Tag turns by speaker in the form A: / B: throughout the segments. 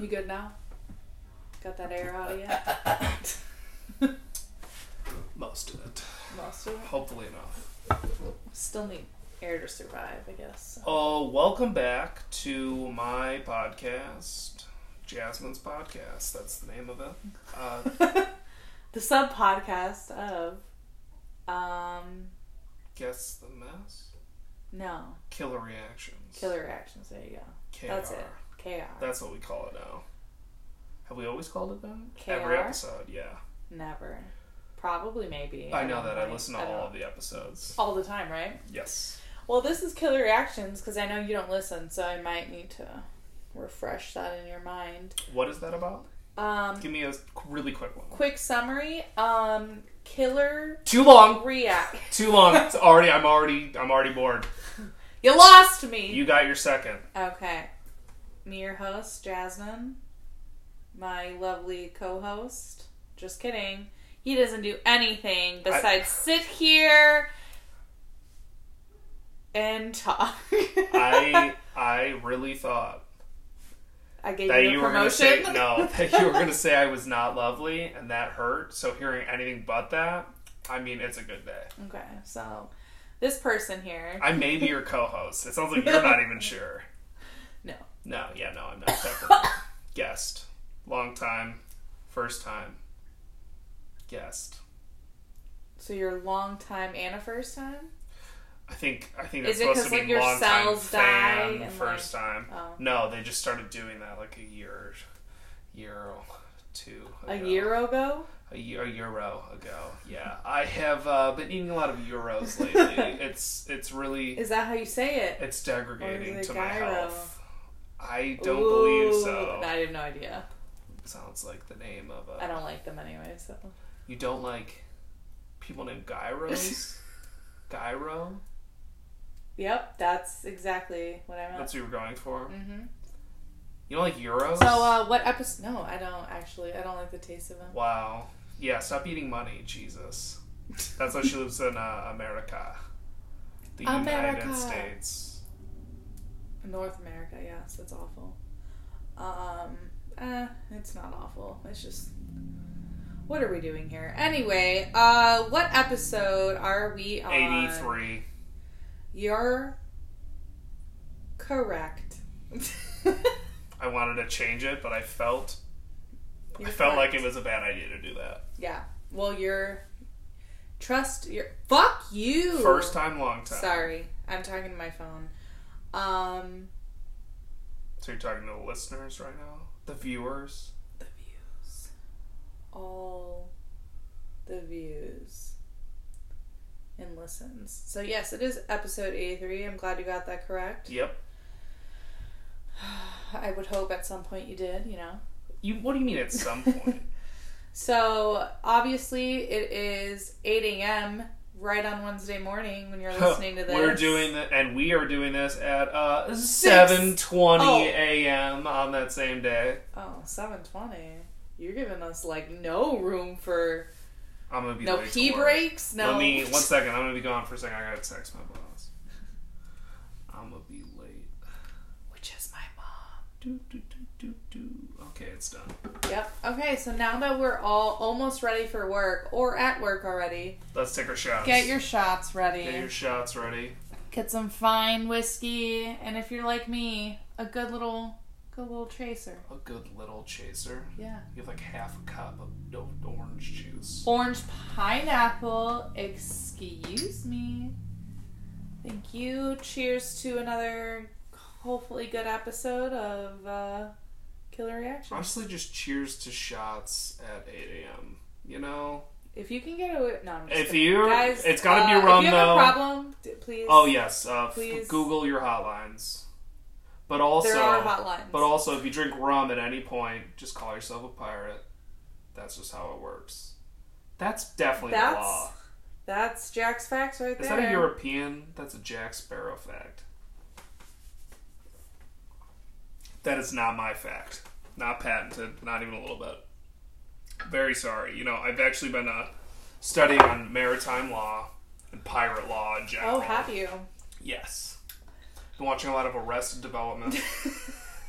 A: You good now? Got that air out of you?
B: Most of it.
A: Most of it?
B: Hopefully enough.
A: Still need air to survive, I guess.
B: Oh, welcome back to my podcast, Jasmine's Podcast. That's the name of it. Uh,
A: The sub podcast of, um,
B: guess the mess?
A: no,
B: Killer Reactions.
A: killer reactions. There you go.
B: KR.
A: That's it. KR.
B: That's what we call it now. Have we always called it that?
A: KR?
B: Every episode, yeah.
A: Never. Probably, maybe.
B: I know
A: don't
B: that. I listen to
A: don't-
B: all of the episodes.
A: all the time, right?
B: Yes.
A: Well, this is killer reactions because I know you don't listen, so I might need to refresh that in your mind.
B: What is that about?
A: Um,
B: Give me a really quick one.
A: quick summary. Um, killer
B: Too long.
A: react.
B: Too long. It's already. I'm already. I'm already bored.
A: You lost me.
B: You got your second.
A: Okay. Me, your host, Jasmine. My lovely co host. Just kidding. He doesn't do anything besides sit here and talk.
B: I I really thought
A: I gave
B: that
A: you a
B: you were gonna
A: promotion.
B: say no. That you were gonna say I was not lovely, and that hurt. So hearing anything but that, I mean, it's a good day.
A: Okay, so this person here.
B: I may be your co-host. It sounds like you're not even sure.
A: No.
B: No. Yeah. No. I'm not. Definitely. Guest. Long time. First time. Guest.
A: So you're a long time and a first time?
B: I think I think
A: Is
B: that's
A: it 'cause,
B: supposed to be
A: like, your
B: long time
A: cells die
B: fan
A: and,
B: first time.
A: Oh.
B: No, they just started doing that like a year, year or two.
A: A
B: ago.
A: year ago?
B: a year, a euro ago. Yeah, I have uh, been eating a lot of euros lately. it's it's really
A: Is that how you say it?
B: it's degrading
A: it
B: to my
A: gyro?
B: health. I don't believe
A: Ooh,
B: so.
A: I have no idea.
B: Sounds like the name of
A: I
B: a.
A: don't like them anyway, so.
B: You don't like people named gyros. Gyro.
A: Yep, that's exactly what I meant.
B: That's what you were going for.
A: hmm
B: You don't like euros.
A: So, uh, what episode? No, I don't actually. I don't like the taste of them.
B: Wow. Yeah, stop eating money, Jesus. That's why she lives in uh, America. The
A: America.
B: United States.
A: North America, yes, that's awful. Um, eh, it's not awful. It's just, what are we doing here? Anyway, uh, what episode are we on?
B: 83.
A: You're correct.
B: I wanted to change it, but I felt
A: You're
B: I felt
A: correct.
B: like it was a bad idea to do that.
A: Yeah. Well, you're. Trust your. Fuck you!
B: First time, long time.
A: Sorry, I'm talking to my phone. Um,
B: So you're talking to the listeners right now? The viewers?
A: the views, all the views, and listens. So yes, it is episode 83. I'm glad you got that correct.
B: Yep.
A: I would hope at some point you did. You know.
B: You what do you mean at some point?
A: So obviously it is 8 a.m. right on Wednesday morning when you're listening to this.
B: We're doing that and we are doing this at uh seven
A: Oh.
B: twenty AM on that same day.
A: Oh, 7:20. You're giving us like no room for
B: I'm gonna be
A: no
B: late to
A: pee
B: work.
A: breaks. No.
B: Let me one second. I'm gonna be gone for a second. I gotta text my boss. I'm gonna be late.
A: Which is my mom.
B: Do, do, do, do, do. Okay, it's done.
A: Yep. Okay, so now that we're all almost ready for work or at work already,
B: Let's take our shots.
A: get your shots ready.
B: get your shots ready.
A: Get some fine whiskey, and if you're like me, a good little, good little tracer.
B: A good little chaser.
A: Yeah.
B: You have like half a cup of no, orange juice.
A: Orange pineapple. Excuse me. Thank you. Cheers to another hopefully good episode of uh, Killer Reaction.
B: Honestly, just cheers to shots at 8 a.m. You know,
A: If you can get away, no, I'm just
B: if
A: kidding.
B: you,
A: guys,
B: it's gotta
A: uh,
B: be rum
A: If you have
B: though.
A: a problem, d- please.
B: Oh yes, uh,
A: Please.
B: f- Google your hotlines. But also,
A: There are hotlines.
B: But also, if you drink rum at any point, just call yourself a pirate. That's just how it works. That's definitely the
A: That's-
B: law.
A: That's Jack's facts right
B: Is
A: there.
B: that a European? That's a Jack Sparrow fact. That is not my fact. Not patented. Not even a little bit. Very sorry. You know, I've actually been uh, studying on maritime law and pirate law in general.
A: Oh, have you?
B: Yes. Been watching a lot of Arrested Development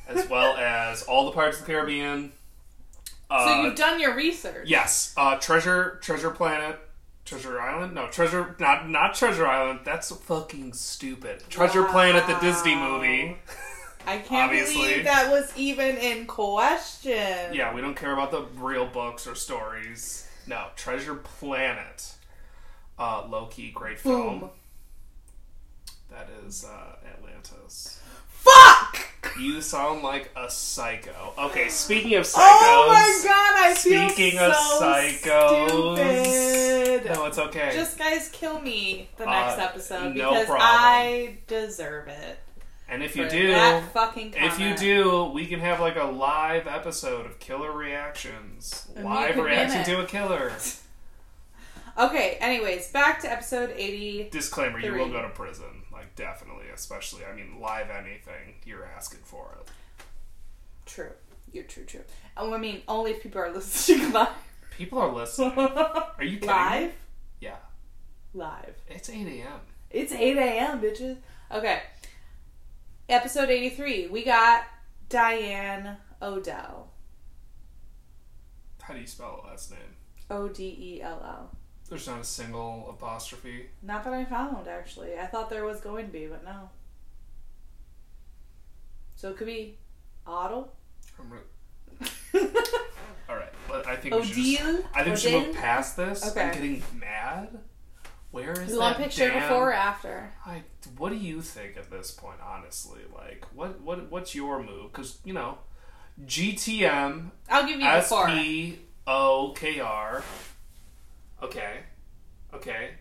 B: as well as all the Pirates of the Caribbean. Uh,
A: so you've done your research.
B: Yes, uh, Treasure Treasure Planet, Treasure Island. No, Treasure not not Treasure Island. That's fucking stupid. Treasure Planet, the Disney movie.
A: I can't
B: Obviously.
A: believe that was even in question.
B: Yeah, we don't care about the real books or stories. No, Treasure Planet. Uh, Loki, great
A: Hmm.
B: film.
A: Boom.
B: That is uh, Atlantis.
A: Fuck!
B: You sound like a psycho. Okay, speaking of psychos.
A: Oh my god, I feel
B: Speaking
A: so
B: of psychos.
A: stupid.
B: No, it's okay.
A: Just guys, kill me the next
B: Uh,
A: episode
B: no
A: because
B: problem.
A: I deserve it.
B: and if you
A: for
B: do,
A: that fucking comment.
B: if you do, we can have like a live episode of killer reactions.
A: And we
B: live
A: could be in
B: reaction
A: it.
B: to a killer.
A: Okay. Anyways, back to episode eighty.
B: Disclaimer: You will
A: Three.
B: go to prison, like definitely, especially. I mean, live anything you're asking for it.
A: True. You're true. True. Oh, I mean, only if people are listening live.
B: People are listening. Are you kidding? Me?
A: live.
B: Yeah,
A: Live.
B: it's eight a.m.
A: It's 8 a.m., bitches. Okay. Episode 83. We got Diane Odell.
B: How do you spell the last name?
A: O D E L L.
B: There's not a single apostrophe.
A: Not that I found, actually. I thought there was going to be, but no. So it could be Odell.
B: I'm re- All right, but I
A: Oh,
B: think we should. Just,
A: Odile?
B: I think we should
A: Odile?
B: move past this. I'm
A: Okay.
B: getting mad. Where is
A: You want
B: that
A: picture
B: damn-
A: before or after?
B: I, what do you think at this point, honestly? Like, what what what's your move? Because you know, GTM
A: I'll give you
B: S
A: before.
B: P O K R. Okay, okay.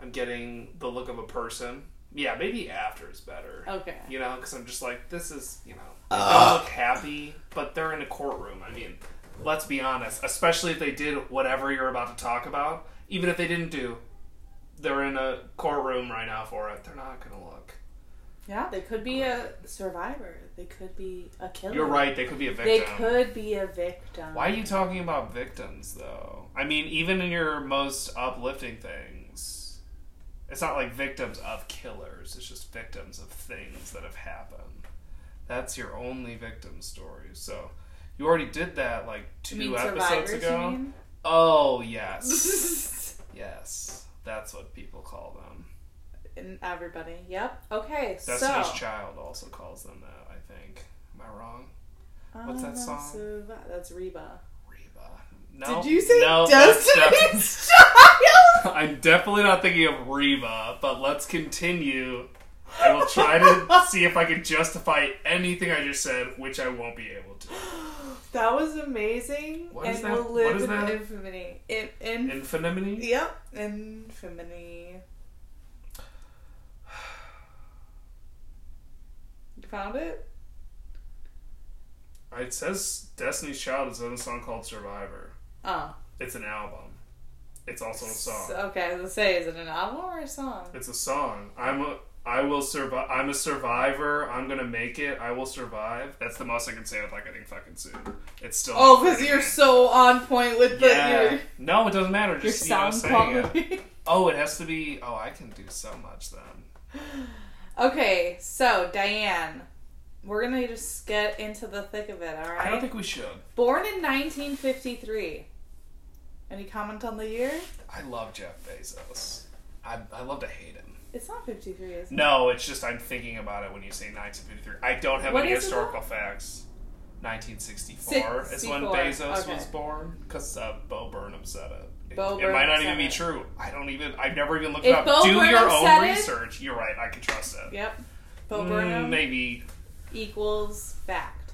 B: I'm getting the look of a person. Yeah, maybe after is better.
A: Okay.
B: You know, because I'm just like, this is you know, they don't look happy, but they're in a courtroom. I mean, let's be honest. Especially if they did whatever you're about to talk about, even if they didn't do they're in a courtroom right now for it. They're not gonna look.
A: Yeah, they could be a survivor. They could be a killer.
B: You're right. They could be a victim.
A: They could be a victim.
B: Why are you talking about victims though? I mean, even in your most uplifting things, it's not like victims of killers. It's just victims of things that have happened. That's your only victim story. So you already did that like two
A: You mean
B: episodes
A: survivors,
B: ago.
A: you mean?
B: Oh yes, yes. That's what people call them.
A: And everybody. Yep. Okay.
B: Destiny's
A: so
B: Child also calls them that. I think. Am I wrong? What's that
A: I'm a
B: song?
A: survi- That's Reba.
B: Reba. No,
A: Did you say
B: no, that's def-
A: Destiny's Child?
B: I'm definitely not thinking of Reba, but let's continue. I will try to see if I can justify anything I just said, which I won't be able to.
A: That was amazing.
B: What
A: and
B: is that?
A: will live
B: What is
A: in
B: that?
A: infamy. In, in,
B: Infinimini?
A: yep. Infamy. You found it?
B: It says Destiny's Child is in a song called Survivor.
A: Oh.
B: It's an album. It's also a
A: So-
B: song.
A: okay, I was gonna say, is it an album or a song?
B: It's a song. I'm a. I will survive. I'm a survivor. I'm gonna make it. I will survive. That's the most I can say without getting fucking sued. It's still.
A: Oh, because you're so on point with the
B: Yeah.
A: your,
B: No, it doesn't matter.
A: your
B: Just you know,
A: sound
B: saying it.
A: quality.
B: Oh, it has to be. Oh, I can do so much then.
A: Okay, so Diane, we're gonna just get into the thick of it, all
B: I don't
A: right?
B: think we should.
A: Born in 1953. Any comment on the year?
B: I love Jeff Bezos. I, I love to hate him.
A: It's not 53, is it?
B: No, it's just I'm thinking about it when you say 1953. I don't have
A: What
B: any
A: is it
B: historical facts. 1964 is when
A: 64,
B: Bezos
A: okay.
B: was born because uh, Bo Burnham said it.
A: Bo
B: it,
A: Burnham
B: might not
A: said
B: even be
A: it.
B: true. I don't even. I've never even looked
A: If
B: it up.
A: Bo
B: Do your
A: Burnham
B: own
A: said it-
B: research. You're right. I can trust it.
A: Yep. Bo
B: Mm,
A: Burnham
B: maybe
A: equals fact.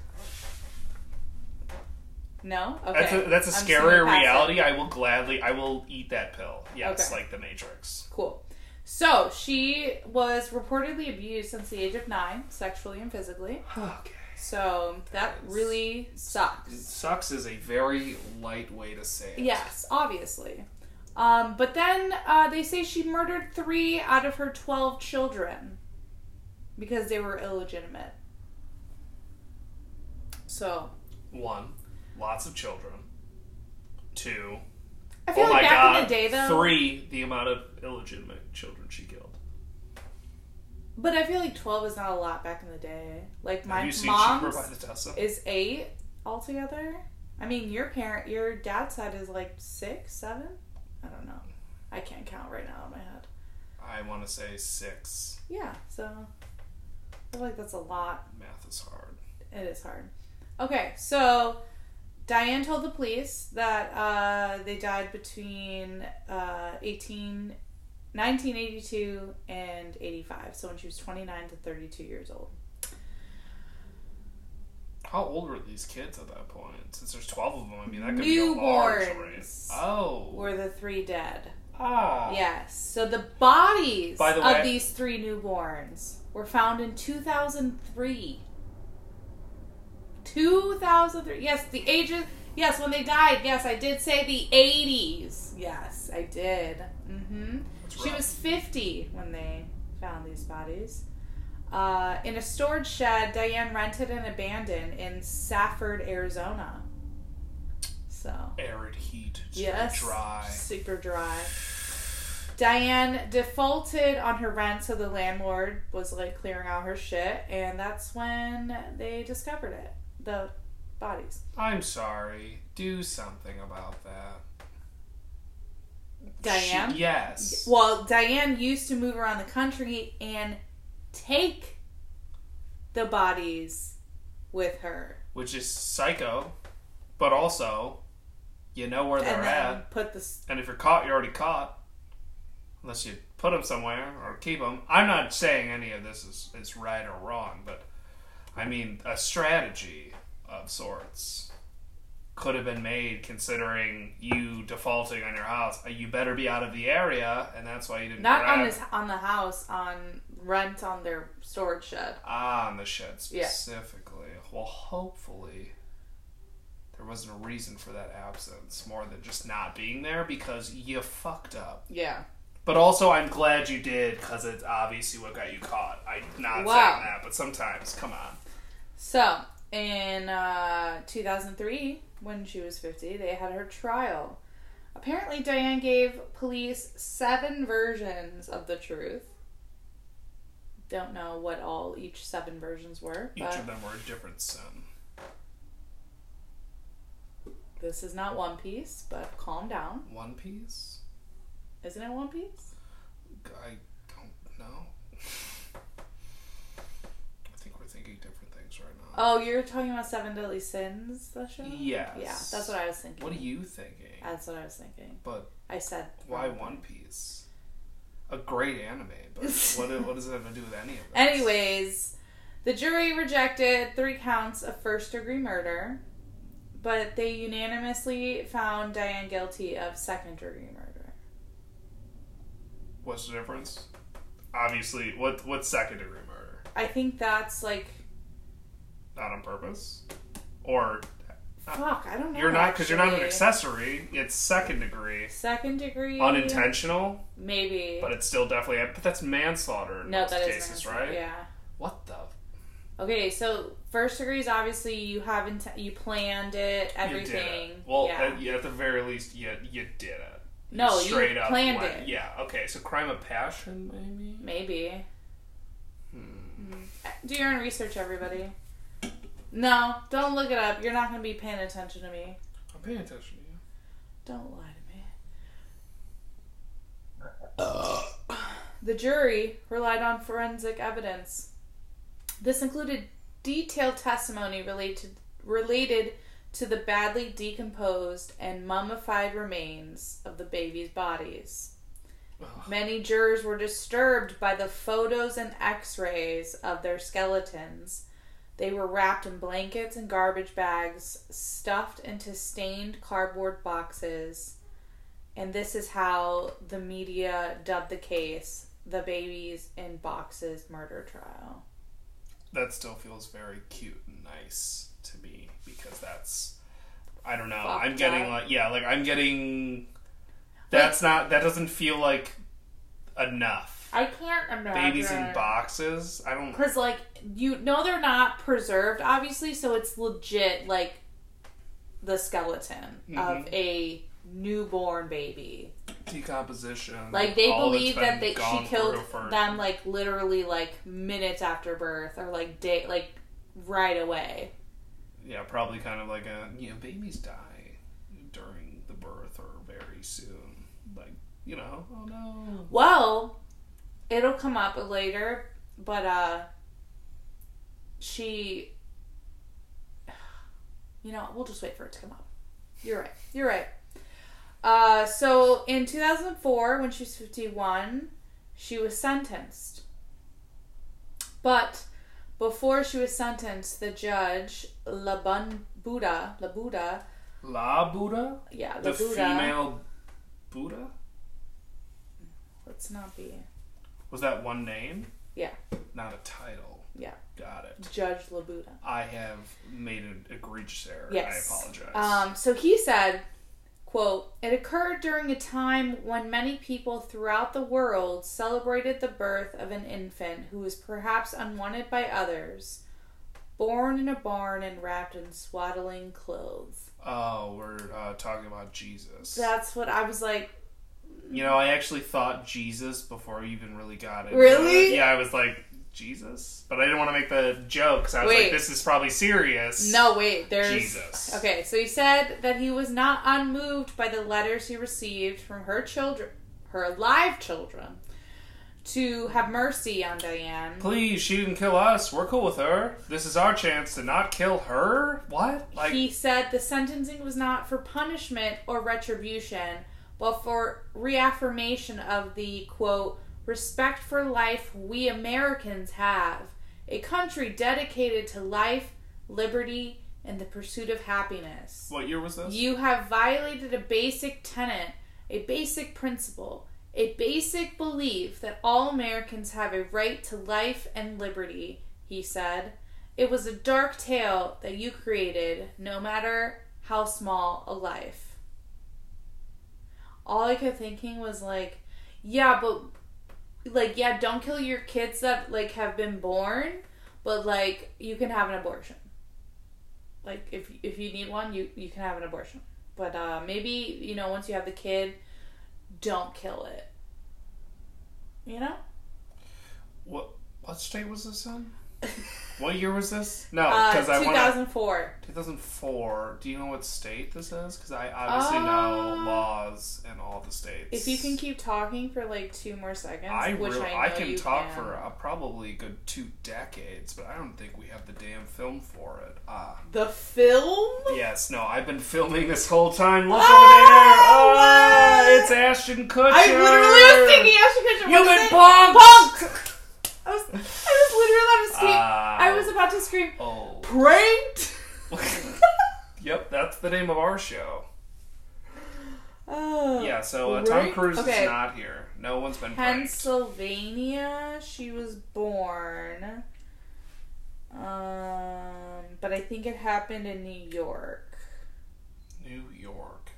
A: No? Okay.
B: that's a, that's a
A: I'm just gonna
B: scarier
A: pass it.
B: reality. I will gladly. I will eat that pill. Yes,
A: Okay.
B: like the Matrix.
A: Cool. So, she was reportedly abused since the age of nine, sexually and physically.
B: Okay.
A: So, that
B: That is-
A: really sucks.
B: Sucks is a very light way to say it.
A: Yes, obviously. Um, but then uh, they say she murdered three out of her 12 children because they were illegitimate. So,
B: One, lots of children. Two,
A: I feel
B: oh my
A: like back
B: god.
A: in the day, though.
B: Three, the amount of illegitimate children she killed.
A: But I feel like 12 is not a lot back in the day. Like
B: Have
A: my
B: you seen Cheaper
A: mom's
B: by the Dozen?
A: is 8 altogether. I mean, your parent, your dad's side is like 6, 7? I don't know. I can't count right now in my head.
B: I want to say six.
A: Yeah, so I feel like that's a lot.
B: Math is hard.
A: It is hard. Okay, so Diane told the police that uh, they died between uh, 18, 1982 and 85. So when she was 29 to 32 years old.
B: How old were these kids at that point? Since there's 12 of them, I mean, that could be a large race.
A: Newborns.
B: Oh.
A: Were the three dead.
B: ah.
A: Yes. So the bodies
B: By the way-
A: of these three newborns were found in 2003. 2003. Yes, the ages. Yes, when they died. Yes, I did say the 80s. Yes, I did. hmm
B: That's
A: She
B: rough.
A: was 50 when they found these bodies. Uh, in a storage shed Diane rented and abandoned in Safford, Arizona. So.
B: Arid heat. It's
A: Yes.
B: Dry.
A: Super dry. Diane defaulted on her rent, so the landlord was like clearing out her shit, and that's when they discovered it. The bodies.
B: I'm sorry. Do something about that.
A: Diane?
B: She- yes.
A: Well, Diane used to move around the country and take the bodies with her.
B: Which is psycho, but also, you know where they're
A: and then
B: at.
A: put the s-
B: And if you're caught, you're already caught. Unless you put them somewhere or keep them. I'm not saying any of this is, is right or wrong, but I mean, a strategy of sorts could have been made considering you defaulting on your house. Uh, You better be out of the area, and that's why you didn't
A: not
B: grab
A: on this on the house on rent on their storage shed.
B: on Ah, the shed
A: Yeah.
B: specifically. Well, hopefully, there wasn't a reason for that absence more than just not being there because you fucked up.
A: Yeah.
B: But also, I'm glad you did because it's obviously what got you caught. I'm not
A: Wow.
B: saying that, but sometimes, come on.
A: So, in uh, 2003, when she was 50, they had her trial. Apparently, Diane gave police seven versions of the truth. Don't know what all each seven versions were,
B: Each
A: but
B: of them were a different sim.
A: this is not One Piece, but calm down.
B: One Piece?
A: Isn't it One Piece?
B: I don't know. I think we're thinking different things right now.
A: Oh, you're talking about Seven Deadly Sins, the show?
B: Yes.
A: Oh, Yeah, that's what I was thinking.
B: What are you thinking?
A: That's what I was thinking.
B: But
A: I said.
B: why One Piece? A great anime, but what, what does it have to do with any of this?
A: Anyways, the jury rejected three counts of first degree murder, but they unanimously found Diane guilty of second degree murder.
B: What's the difference? Obviously, what what's second degree murder?
A: I think that's like,
B: Not on purpose? Or
A: fuck, I don't know.
B: You're not because you're not an
A: actually.
B: accessory. It's second degree,
A: Second degree.
B: unintentional,
A: Maybe.
B: but it's still definitely. But that's manslaughter in
A: no,
B: most
A: that is
B: cases,
A: manslaughter,
B: right?
A: Yeah.
B: What the?
A: Okay, so first degree is obviously you haven't you planned it, everything.
B: You did it. Well,
A: yeah.
B: at, yeah, at the very least, you you did it.
A: no, you
B: straight up
A: planned
B: went-
A: it.
B: Yeah. Okay. So crime of passion, maybe.
A: Maybe. Mm. Do your own research, everybody. No, don't look it up. You're not going to be paying attention to me.
B: I'm paying attention to you.
A: Don't lie to me. The jury relied on forensic evidence. This included detailed testimony related related to the badly decomposed and mummified remains of the baby's bodies.
B: Ugh.
A: Many jurors were disturbed by the photos and x-rays of their skeletons. They were wrapped in blankets and garbage bags, stuffed into stained cardboard boxes. And this is how the media dubbed the case the babies in boxes murder trial.
B: That still feels very cute and nice to me because that's. I don't know.
A: Fucked
B: I'm getting
A: up.
B: like yeah, like I'm getting. That's not. That doesn't feel like enough.
A: I can't imagine
B: babies in boxes. I don't.
A: Because, like, you know they're not preserved, obviously, so it's legit, like,
B: Mm-hmm.
A: the skeleton of a newborn baby.
B: decomposition.
A: Like they
B: all that's
A: believe
B: been
A: that they, she
B: gone
A: killed
B: through for-
A: them like literally like minutes after birth or like day like right away.
B: Yeah, probably kind of like a you know babies die during the birth or very soon. Like you know, oh no.
A: Well, it'll come up later, but uh she you know, we'll just wait for it to come up. You're right. You're right. Uh so in 2004 when she was 51, she was sentenced. But before she was sentenced, the judge Labun Buddha, Labuda,
B: La Buddha,
A: yeah,
B: the
A: Labuda.
B: female Buddha.
A: Let's not be
B: Was that one name?
A: Yeah.
B: Not a title.
A: Yeah.
B: Got it.
A: Judge Labuda.
B: I have made an egregious error.
A: Yes.
B: I apologize.
A: Um, so he said, quote, It occurred during a time when many people throughout the world celebrated the birth of an infant who was perhaps unwanted by others, born in a barn and wrapped in swaddling clothes.
B: oh, we're uh, talking about Jesus.
A: That's what I was like,
B: you know, I actually thought Jesus before you even really got it.
A: Really?
B: yeah, I was like Jesus, but I didn't want to make the joke. 'cause I was
A: Wait.
B: like, this is probably serious.
A: No, wait, there's.
B: Jesus.
A: Okay, so he said that he was not unmoved by the letters he received from her children, her live children, to have mercy on Diane.
B: Please, she didn't kill us. We're cool with her. This is our chance to not kill her. What? Like,
A: he said the sentencing was not for punishment or retribution, but for reaffirmation of the quote respect for life we Americans have, a country dedicated to life, liberty, and the pursuit of happiness.
B: what year was this?
A: You have violated a basic tenet, a basic principle, a basic belief that all Americans have a right to life and liberty, he said. It was a dark tale that you created, no matter how small a life. All I kept thinking was like, yeah, but like yeah, don't kill your kids that like have been born, but like you can have an abortion like if if you need one you you can have an abortion but uh maybe you know once you have the kid don't kill it you know
B: What? What state was this in? What year was this? No,
A: uh,
B: because Oh, I want to.
A: 2004
B: 2004. Do you know what state this is? Because I obviously know
A: Uh,
B: laws in all the states.
A: if you can keep talking for like two more seconds
B: I
A: which
B: really,
A: I, know
B: I, can
A: you
B: talk
A: can.
B: for uh, probably a good two decades, but I don't think we have the damn film for it. Ah,
A: the film
B: yes, no, I've been filming this whole time.
A: Oh,
B: Look over there.
A: what?
B: Ah, it's Ashton Kutcher.
A: I literally was thinking Ashton Kutcher
B: You've
A: What is it?
B: been punked.
A: I was, I was literally about to scream
B: Ah.
A: I was about to scream
B: Oh.
A: pranked
B: yep, that's the name of our show.
A: oh
B: Yeah, so uh, Tom
A: Right?
B: Cruise
A: Okay.
B: is not here. No one's been pranked.
A: Pennsylvania. She was born. Um, but I think it happened in New York.
B: New York.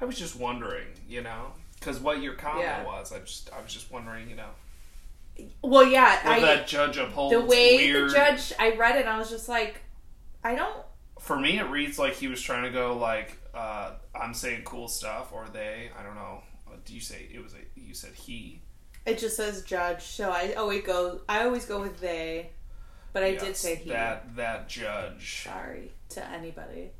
B: I was just wondering, you know, because what your comment
A: Yeah.
B: was, I just, I was just wondering, you know,
A: Well, yeah,
B: whether
A: I
B: that judge upholds
A: the way
B: weird.
A: the judge. I read it. and I was just like, I don't.
B: For me, it reads like he was trying to go like, uh, I'm saying cool stuff, or they, I don't know. What Do you say it was a? You said he.
A: It just says judge, so I always go. I always go with they, but I did
B: Yes,
A: say he.
B: That that judge.
A: Sorry to anybody.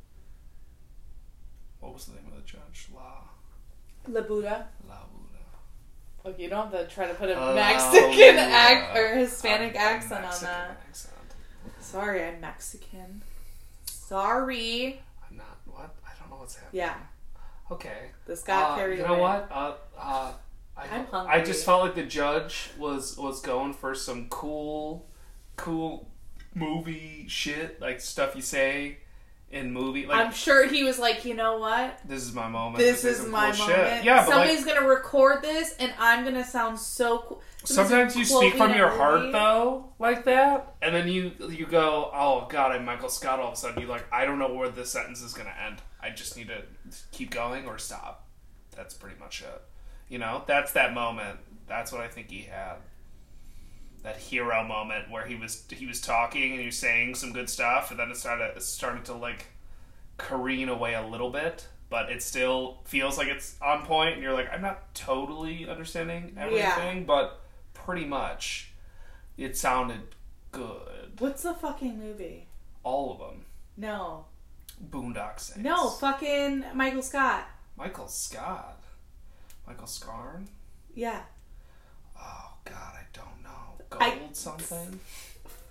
B: What was the name of the judge? La
A: Labuda.
B: La. Ula.
A: Look, you don't have to try to put a
B: Oh,
A: Mexican
B: yeah.
A: ac- or Hispanic
B: A- a
A: accent
B: Mexican
A: on that.
B: accent.
A: Sorry, I'm Mexican. Sorry.
B: I'm not. What? I don't know what's happening.
A: Yeah,
B: Okay.
A: this got
B: Uh,
A: carried
B: You know
A: away.
B: what? Uh, uh, I,
A: I'm
B: I
A: hungry.
B: just felt like the judge was was going for some cool, cool movie shit, like stuff you say in movie. Like
A: I'm sure he was like, you know what?
B: this is my moment.
A: This
B: some
A: is
B: cool
A: my
B: shit."
A: moment.
B: Yeah, but like
A: Somebody's gonna record this, and I'm gonna sound so cool.
B: sometimes you
A: quote
B: speak
A: me
B: from
A: in a
B: your heart
A: movie.
B: though, like that, and then you you go, oh god, I'm Michael Scott. All of a sudden, you like, I don't know where this sentence is gonna end. I just need to keep going or stop. That's pretty much it. You know, that's that moment. That's what I think he had. That hero moment where he was he was talking and he was saying some good stuff, and then it started it started to like careen away a little bit, but it still feels like it's on point and you're like i'm not totally understanding everything but pretty much it sounded good
A: What's the fucking movie?
B: all of them
A: No.
B: boondock saints
A: No, fucking Michael Scott.
B: michael scott michael scarn
A: Yeah.
B: oh god i don't know
A: I-
B: gold something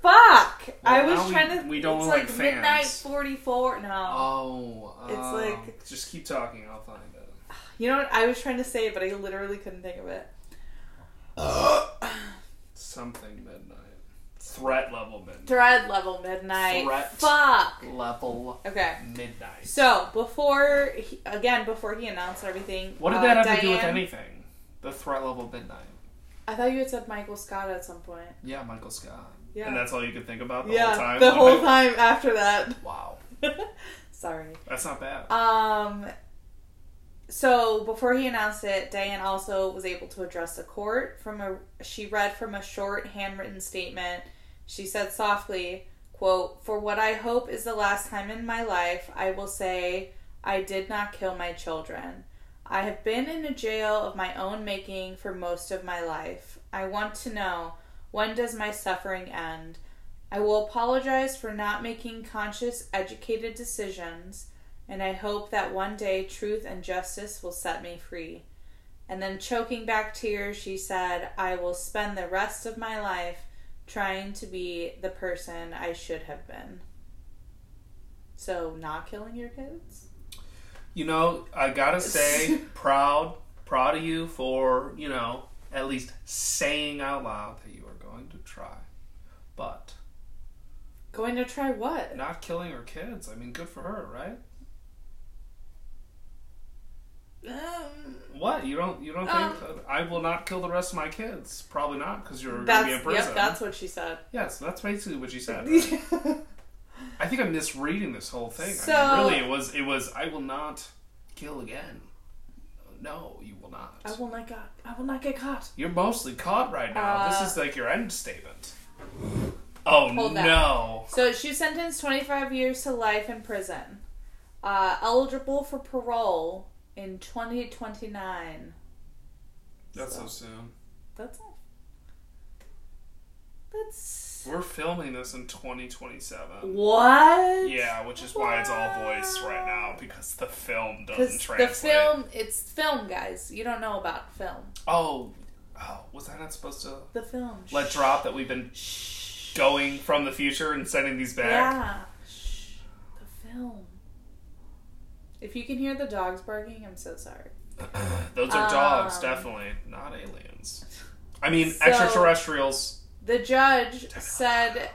A: Fuck! I
B: Well,
A: was
B: now we-
A: trying to.
B: we don't
A: it's
B: look like fans.
A: midnight forty four. No,
B: oh
A: It's
B: um,
A: like-
B: just keep talking i'll find it
A: you know what? I was trying to say it, but I literally couldn't think of it.
B: something midnight threat level midnight
A: Thread level midnight.
B: Threat.
A: Fuck.
B: level
A: Okay.
B: midnight
A: So before he, again, before he announced everything,
B: what did
A: uh,
B: that have to do with
A: Diane-
B: anything the threat level midnight
A: I thought you had said Michael Scott at some point.
B: yeah michael scott
A: Yeah.
B: And that's all you could think about the
A: yeah,
B: whole time.
A: the
B: Like,
A: whole time after that.
B: Wow,
A: Sorry.
B: that's not bad.
A: Um. So before he announced it, Diane also was able to address the court from a. She read from a short handwritten statement. She said softly, "Quote: For what I hope is the last time in my life, I will say I did not kill my children. I have been in a jail of my own making for most of my life. I want to know when does my suffering end. I will apologize for not making conscious, educated decisions." and I hope that one day truth and justice will set me free. And then, choking back tears, she said, I will spend the rest of my life trying to be the person I should have been. So, not killing your kids?
B: You know, I gotta say, proud, proud of you for you know at least saying out loud that you are going to try, but
A: Going to try what?
B: not killing her kids. I mean, good for her, right?
A: Um,
B: What you don't you don't
A: Um,
B: think I will not kill the rest of my kids? Probably not because you're gonna
A: that's,
B: be in prison.
A: yep, that's what she said.
B: yes, that's basically what she said. right?
A: yeah,
B: I think I'm misreading this whole thing. I
A: So-
B: mean, really, it was it was I will not kill again. No, you will not.
A: I will not got. I will not get caught.
B: You're mostly caught right now.
A: Uh,
B: this is like your end statement. Oh
A: Hold that.
B: no.
A: So she was sentenced 25 years to life in prison. Uh, eligible for parole in 2029.
B: That's so soon.
A: That's not. That's.
B: We're filming this in 2027.
A: What?
B: Yeah, which is why it's all voice right now because the film doesn't
A: Because the
B: translate.
A: film, it's film, guys. You don't know about film.
B: Oh, oh, was I not supposed to
A: The film.
B: let drop that we've been going from the future and sending these back?
A: Yeah. Shh. The film. If you can hear the dogs barking, I'm so sorry.
B: Those are dogs,
A: Um,
B: definitely not aliens. I mean,
A: So-
B: extraterrestrials.
A: The judge said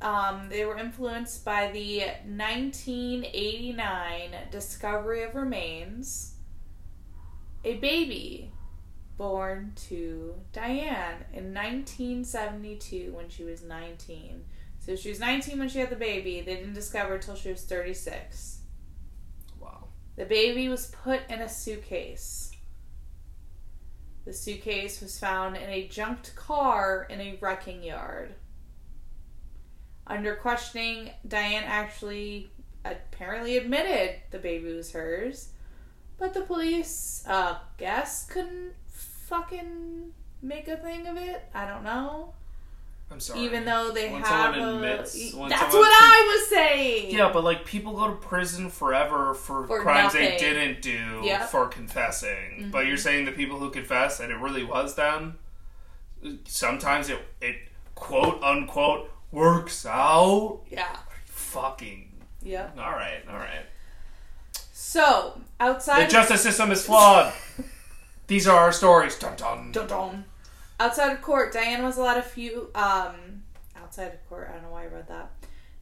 A: um, they were influenced by the 1989 discovery of remains, a baby born to Diane in 1972 when she was 19. So she was 19 when she had the baby. They didn't discover it till she was 36.
B: Wow.
A: The baby was put in a suitcase. The suitcase was found in a junked car in a wrecking yard. Under questioning, Diane actually apparently admitted the baby was hers, but the police, uh, guess couldn't fucking make a thing of it. I don't know.
B: I'm sorry.
A: Even though they
B: When
A: have,
B: someone
A: a-
B: admits- when
A: that's
B: someone
A: what I was saying.
B: Yeah, but like people go to prison forever for,
A: For
B: crimes they
A: nothing.
B: didn't do
A: Yeah. Mm-hmm.
B: for confessing. But you're saying the people who confess and it really was them. Sometimes it it quote unquote works out.
A: Yeah.
B: Fucking
A: Yeah.
B: all right, all right.
A: So outside
B: The justice system is flawed. These are our stories. Dun dun.
A: Dun-dun. Outside of court, Diane was allowed a few. Um, outside of court, I don't know why I read that.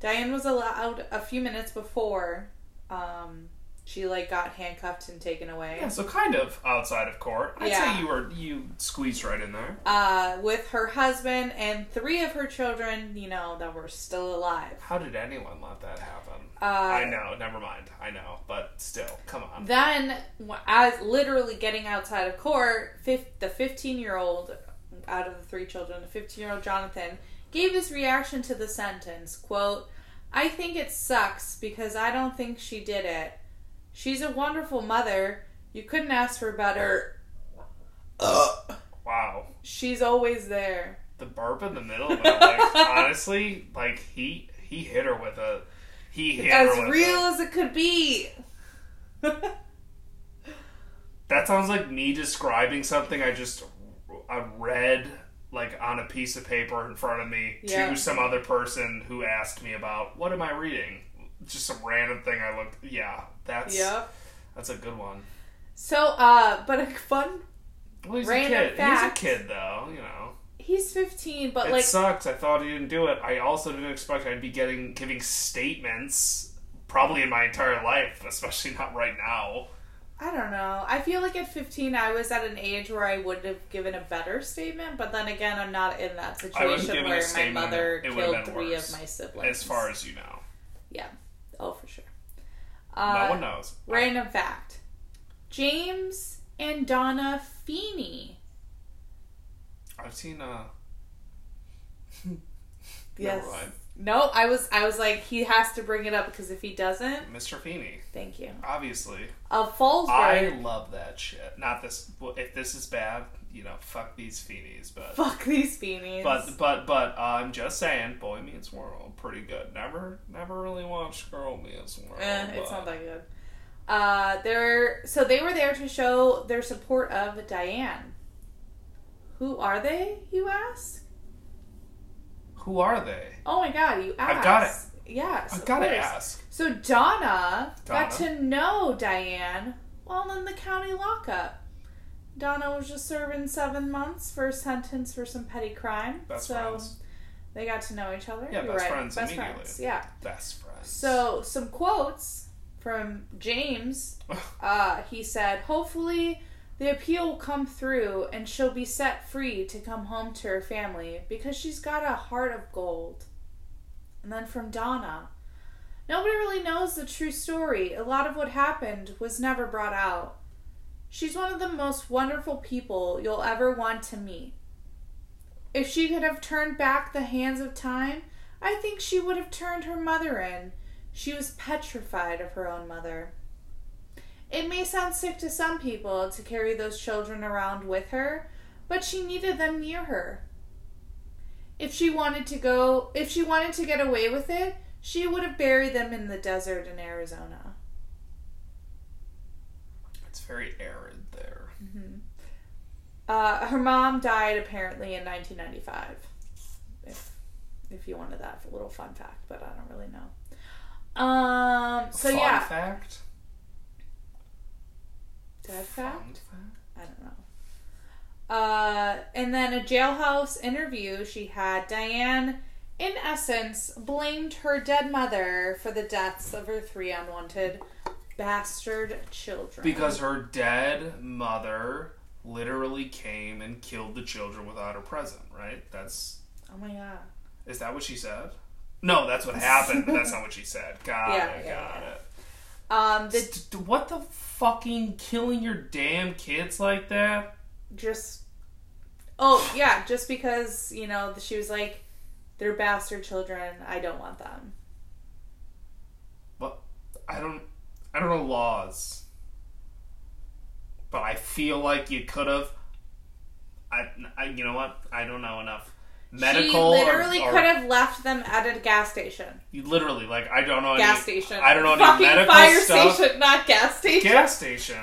A: Diane was allowed a few minutes before um, she like got handcuffed and taken away.
B: Yeah, so kind of outside of court. I'd
A: Yeah.
B: say you were you squeezed right in there.
A: Uh, with her husband and three of her children, you know, that were still alive.
B: How did anyone let that happen?
A: Uh,
B: I know. Never mind. I know. But still, come on.
A: Then, wh- as literally getting outside of court, fif- the 15 year old, out of the three children, the 15 year old Jonathan, gave his reaction to the sentence quote, I think it sucks because I don't think she did it. She's a wonderful mother. You couldn't ask for better.
B: Wow.
A: She's always there.
B: The burp in the middle of it. Like, honestly, like he he hit her with a he hit
A: as
B: her with
A: real
B: a,
A: as it could be.
B: That sounds like me describing something I just I read like on a piece of paper in front of me
A: Yeah.
B: to some other person who asked me about what am I reading? Just some random thing I looked. Yeah, that's
A: yep.
B: that's a good one.
A: So, uh, but a fun.
B: Well, he's
A: Random
B: a kid.
A: fact.
B: He's a kid though, you know.
A: He's 15, but
B: It
A: like,
B: sucks. I thought he didn't do it. I also didn't expect I'd be getting giving statements probably in my entire life, especially not right now.
A: I don't know. I feel like at 15, I was at an age where I would have given a better statement, but then again, I'm not in that
B: I would've
A: situation
B: given a
A: where my
B: statement,
A: mother
B: it would've
A: killed
B: been
A: three
B: worse.
A: of my siblings.
B: As far as you know,
A: Oh, for sure.
B: no
A: Uh,
B: one knows.
A: Random fact James and Donna Feeney.
B: I've seen uh
A: Yes.
B: Never mind.
A: No, I was I was like he has to bring it up because if he doesn't,
B: Mr. Feeney.
A: thank you.
B: Obviously,
A: Of Fallsburg.
B: I love that shit. Not this. well, If this is bad, you know, fuck these Feenies. But
A: Fuck these Feenies.
B: but but but uh, I'm just saying, Boy Meets World, pretty good. Never never really watched Girl Meets World.
A: Eh, it's
B: but-
A: not that good. Uh, they're so they were there to show their support of Diane. Who are they? You ask.
B: Who are they?
A: Oh my god, you ask.
B: I've got
A: it. Yes,
B: I've
A: of
B: got to
A: course.
B: ask.
A: So Donna, got
B: Donna.
A: to know Diane while in the county lockup. Donna was just serving seven months for a sentence for some petty crime.
B: Best
A: so
B: friends.
A: they got to know each other.
B: Yeah,
A: You're
B: best
A: right.
B: friends
A: best
B: immediately.
A: friends. Yeah.
B: Best friends.
A: So, some quotes from James. Uh, he said, Hopefully, the appeal will come through and she'll be set free to come home to her family because she's got a heart of gold. And then from Donna, Nobody really knows the true story. A lot of what happened was never brought out. She's one of the most wonderful people you'll ever want to meet. If she could have turned back the hands of time, I think she would have turned her mother in. She was petrified of her own mother. It may sound sick to some people to carry those children around with her, but she needed them near her. If she wanted to go, if she wanted to get away with it, she would have buried them in the desert in Arizona.
B: it's very arid there.
A: Uh, her mom died apparently in 1995. If if you wanted that little fun fact, but I don't really know. Um. So
B: Fun
A: yeah,
B: fact.
A: dead fact.
B: Fun fact.
A: I don't know. Uh, and then a jailhouse interview she had, Diane, in essence, blamed her dead mother for the deaths of her three unwanted bastard children.
B: Because her dead mother literally came and killed the children without her present. Right. That's
A: oh my god,
B: is that what she said? No, that's what happened, but that's not what she said. Got
A: Yeah,
B: it.
A: yeah,
B: got
A: yeah.
B: it.
A: um, the
B: St- what the fucking killing your damn kids like that?
A: just oh yeah just because you know she was like they're bastard children i don't want them
B: What? I don't. I don't know laws, but I feel like you could have. I, I. You know what? I don't know enough. Medical.
A: she literally
B: or, or-
A: could have left them at a gas station
B: you Literally, like I don't know any.
A: gas station
B: I don't know any
A: fucking
B: medical
A: fire
B: stuff.
A: station not gas station
B: Gas station.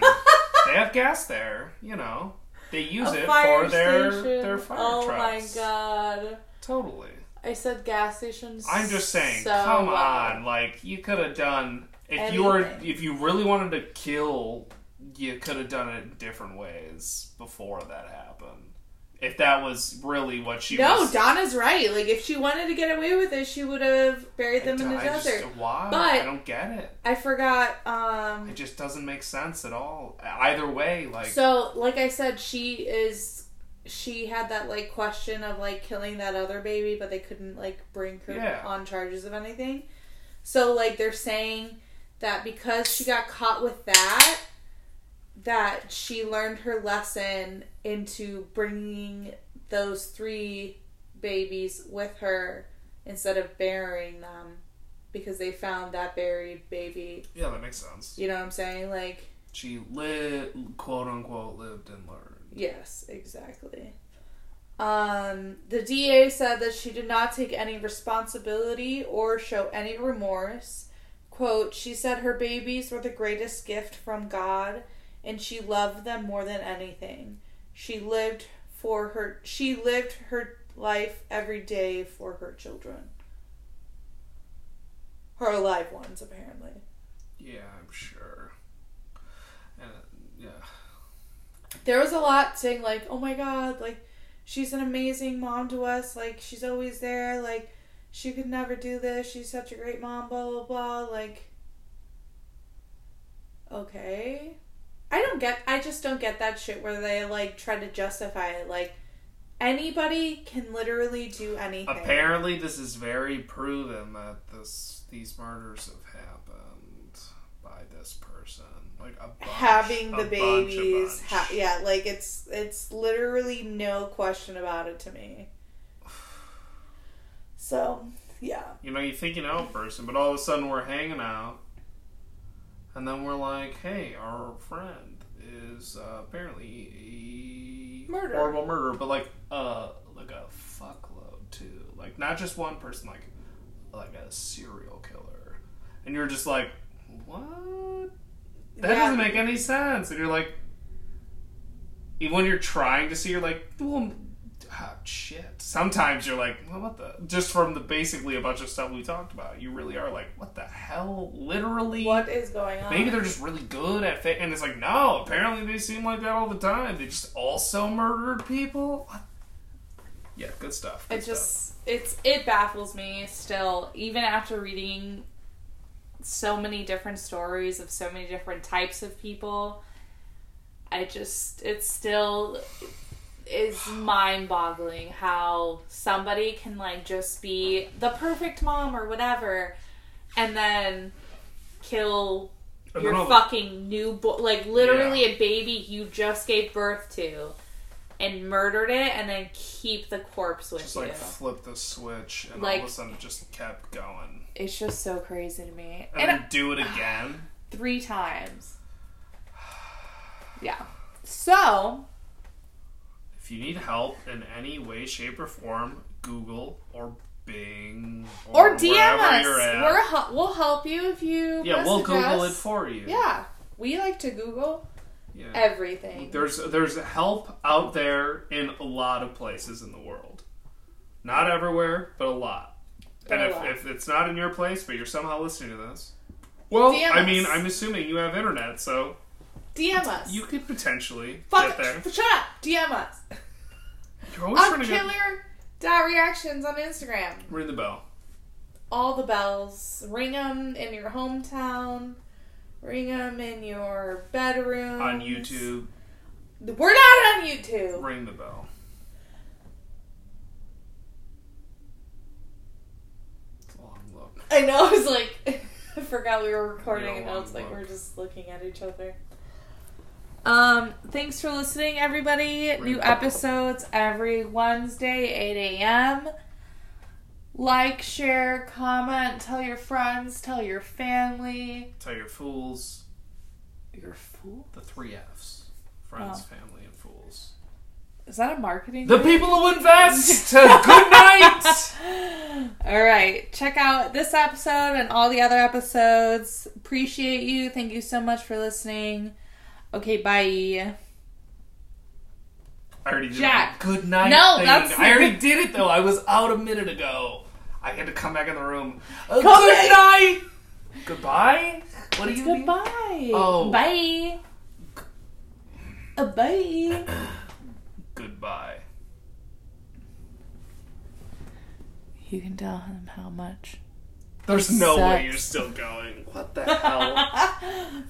B: they have gas there. You know. They use
A: A
B: it
A: fire
B: for their their
A: station.
B: fire
A: oh
B: trucks.
A: my god
B: Totally.
A: i said gas stations
B: I'm just saying,
A: so
B: come
A: well.
B: on, like you could have done if you were
A: Anything.
B: if you really wanted to kill, you could have done it in different ways before that happened. If that was really what she
A: no
B: was,
A: donna's right like if she wanted to get away with it she would have buried them in the
B: I just-
A: desert
B: why?
A: But-
B: I don't get it.
A: i forgot um
B: It just doesn't make sense at all. Either way, like
A: So, like I said, she is. She had that like question of like killing that other baby, but they couldn't like bring her
B: Yeah.
A: on charges of anything. So, like they're saying that because she got caught with that, that she learned her lesson into bringing those three babies with her instead of burying them because they found that buried baby.
B: Yeah, that makes sense.
A: You know what I'm saying? Like,
B: She lived, quote unquote, lived and learned.
A: yes, exactly. Um, the DA said that she did not take any responsibility or show any remorse. Quote, she said her babies were the greatest gift from God and she loved them more than anything. She lived for her she lived her life every day for her children. Her alive ones apparently.
B: Yeah, I'm sure. And yeah,
A: there was a lot saying like, "Oh my god, like she's an amazing mom to us. Like she's always there. Like she could never do this. She's such a great mom." Blah blah blah. Like, okay, I don't get. I just don't get that shit where they like try to justify it. Like anybody can literally do anything.
B: apparently this is very proven that this these murders have happened by this person, like a bunch,
A: having
B: a
A: the
B: bunch, a
A: babies
B: bunch.
A: ha- yeah like it's it's literally no question about it to me so yeah
B: you know, you think you know a person, but all of a sudden we're hanging out, and then we're like, hey, our friend is uh, apparently a
A: Murderer.
B: horrible murderer, but like, uh, like a fuckload too, like not just one person, like, like a serial killer, and you're just like, what? That
A: Yeah.
B: doesn't make any sense, and you're like, even when you're trying to see, you're like, well, ah, shit. Sometimes you're like, well, what the? Just from the basically a bunch of stuff we talked about, you really are like, what the hell? Literally,
A: what is going on
B: maybe they're just really good at fit. And it's like, no, apparently they seem like that all the time. They just also murdered people. What? Yeah, good stuff. Good
A: it just it's it baffles me still even after reading so many different stories of so many different types of people i just it still is mind-boggling how somebody can like just be the perfect mom or whatever and then kill
B: stuff. And then
A: your
B: all the-
A: fucking newborn, like literally a baby you just gave birth to, and murdered it, and then keep the corpse with
B: just
A: you.
B: like flip the switch, and all
A: Like-
B: of a sudden it just kept going,
A: it's just so crazy to me.
B: and,
A: And
B: then do it again.
A: three times. Yeah. So
B: If you need help in any way, shape, or form, Google or Bing
A: or DM
B: wherever
A: us.
B: you're at.
A: We're hel- we'll help you if you.
B: yeah, we'll
A: message
B: Google
A: us.
B: it for you.
A: Yeah, we like to Google
B: Yeah.
A: everything.
B: There's there's help out there in a lot of places in the world. Not everywhere, but a lot.
A: But
B: and
A: a
B: if,
A: lot.
B: if it's not in your place, but you're somehow listening to this, well,
A: DM
B: I mean,
A: us.
B: I'm assuming you have internet, so
A: DM us.
B: you could potentially
A: Fuck.
B: get there.
A: Shut up. DM us.
B: You're always
A: I'm
B: trying to get.
A: killer. Dot reactions on Instagram.
B: Ring the bell.
A: all the bells. Ring them in your hometown. Ring them in your bedroom.
B: On YouTube,
A: We're not on YouTube.
B: ring the bell. It's a long look.
A: I know. I was like, I forgot we were recording,
B: You're
A: and I was
B: one
A: like,
B: look.
A: we're just looking at each other. Um, thanks for listening, everybody. New episodes every Wednesday, 8 a.m. Like, share, comment, tell your friends, tell your family.
B: Tell your fools
A: You're a fool.
B: the three F's: friends,
A: Oh.
B: family, and fools.
A: Is that a marketing?
B: The people who invest. Good night.
A: All right. Check out this episode and all the other episodes. Appreciate you. Thank you so much for listening. Okay, bye.
B: I already did
A: Jack.
B: my good night.
A: No,
B: thing.
A: that's-
B: I already did it though. I was out a minute ago. I had to come back in the room. Uh, good
A: back.
B: night. Goodbye. What do you mean?
A: Goodbye.
B: Oh.
A: Bye. Uh, bye.
B: Goodbye.
A: You can tell him how much.
B: There's no way
A: Sucks.
B: you're still going. What the hell?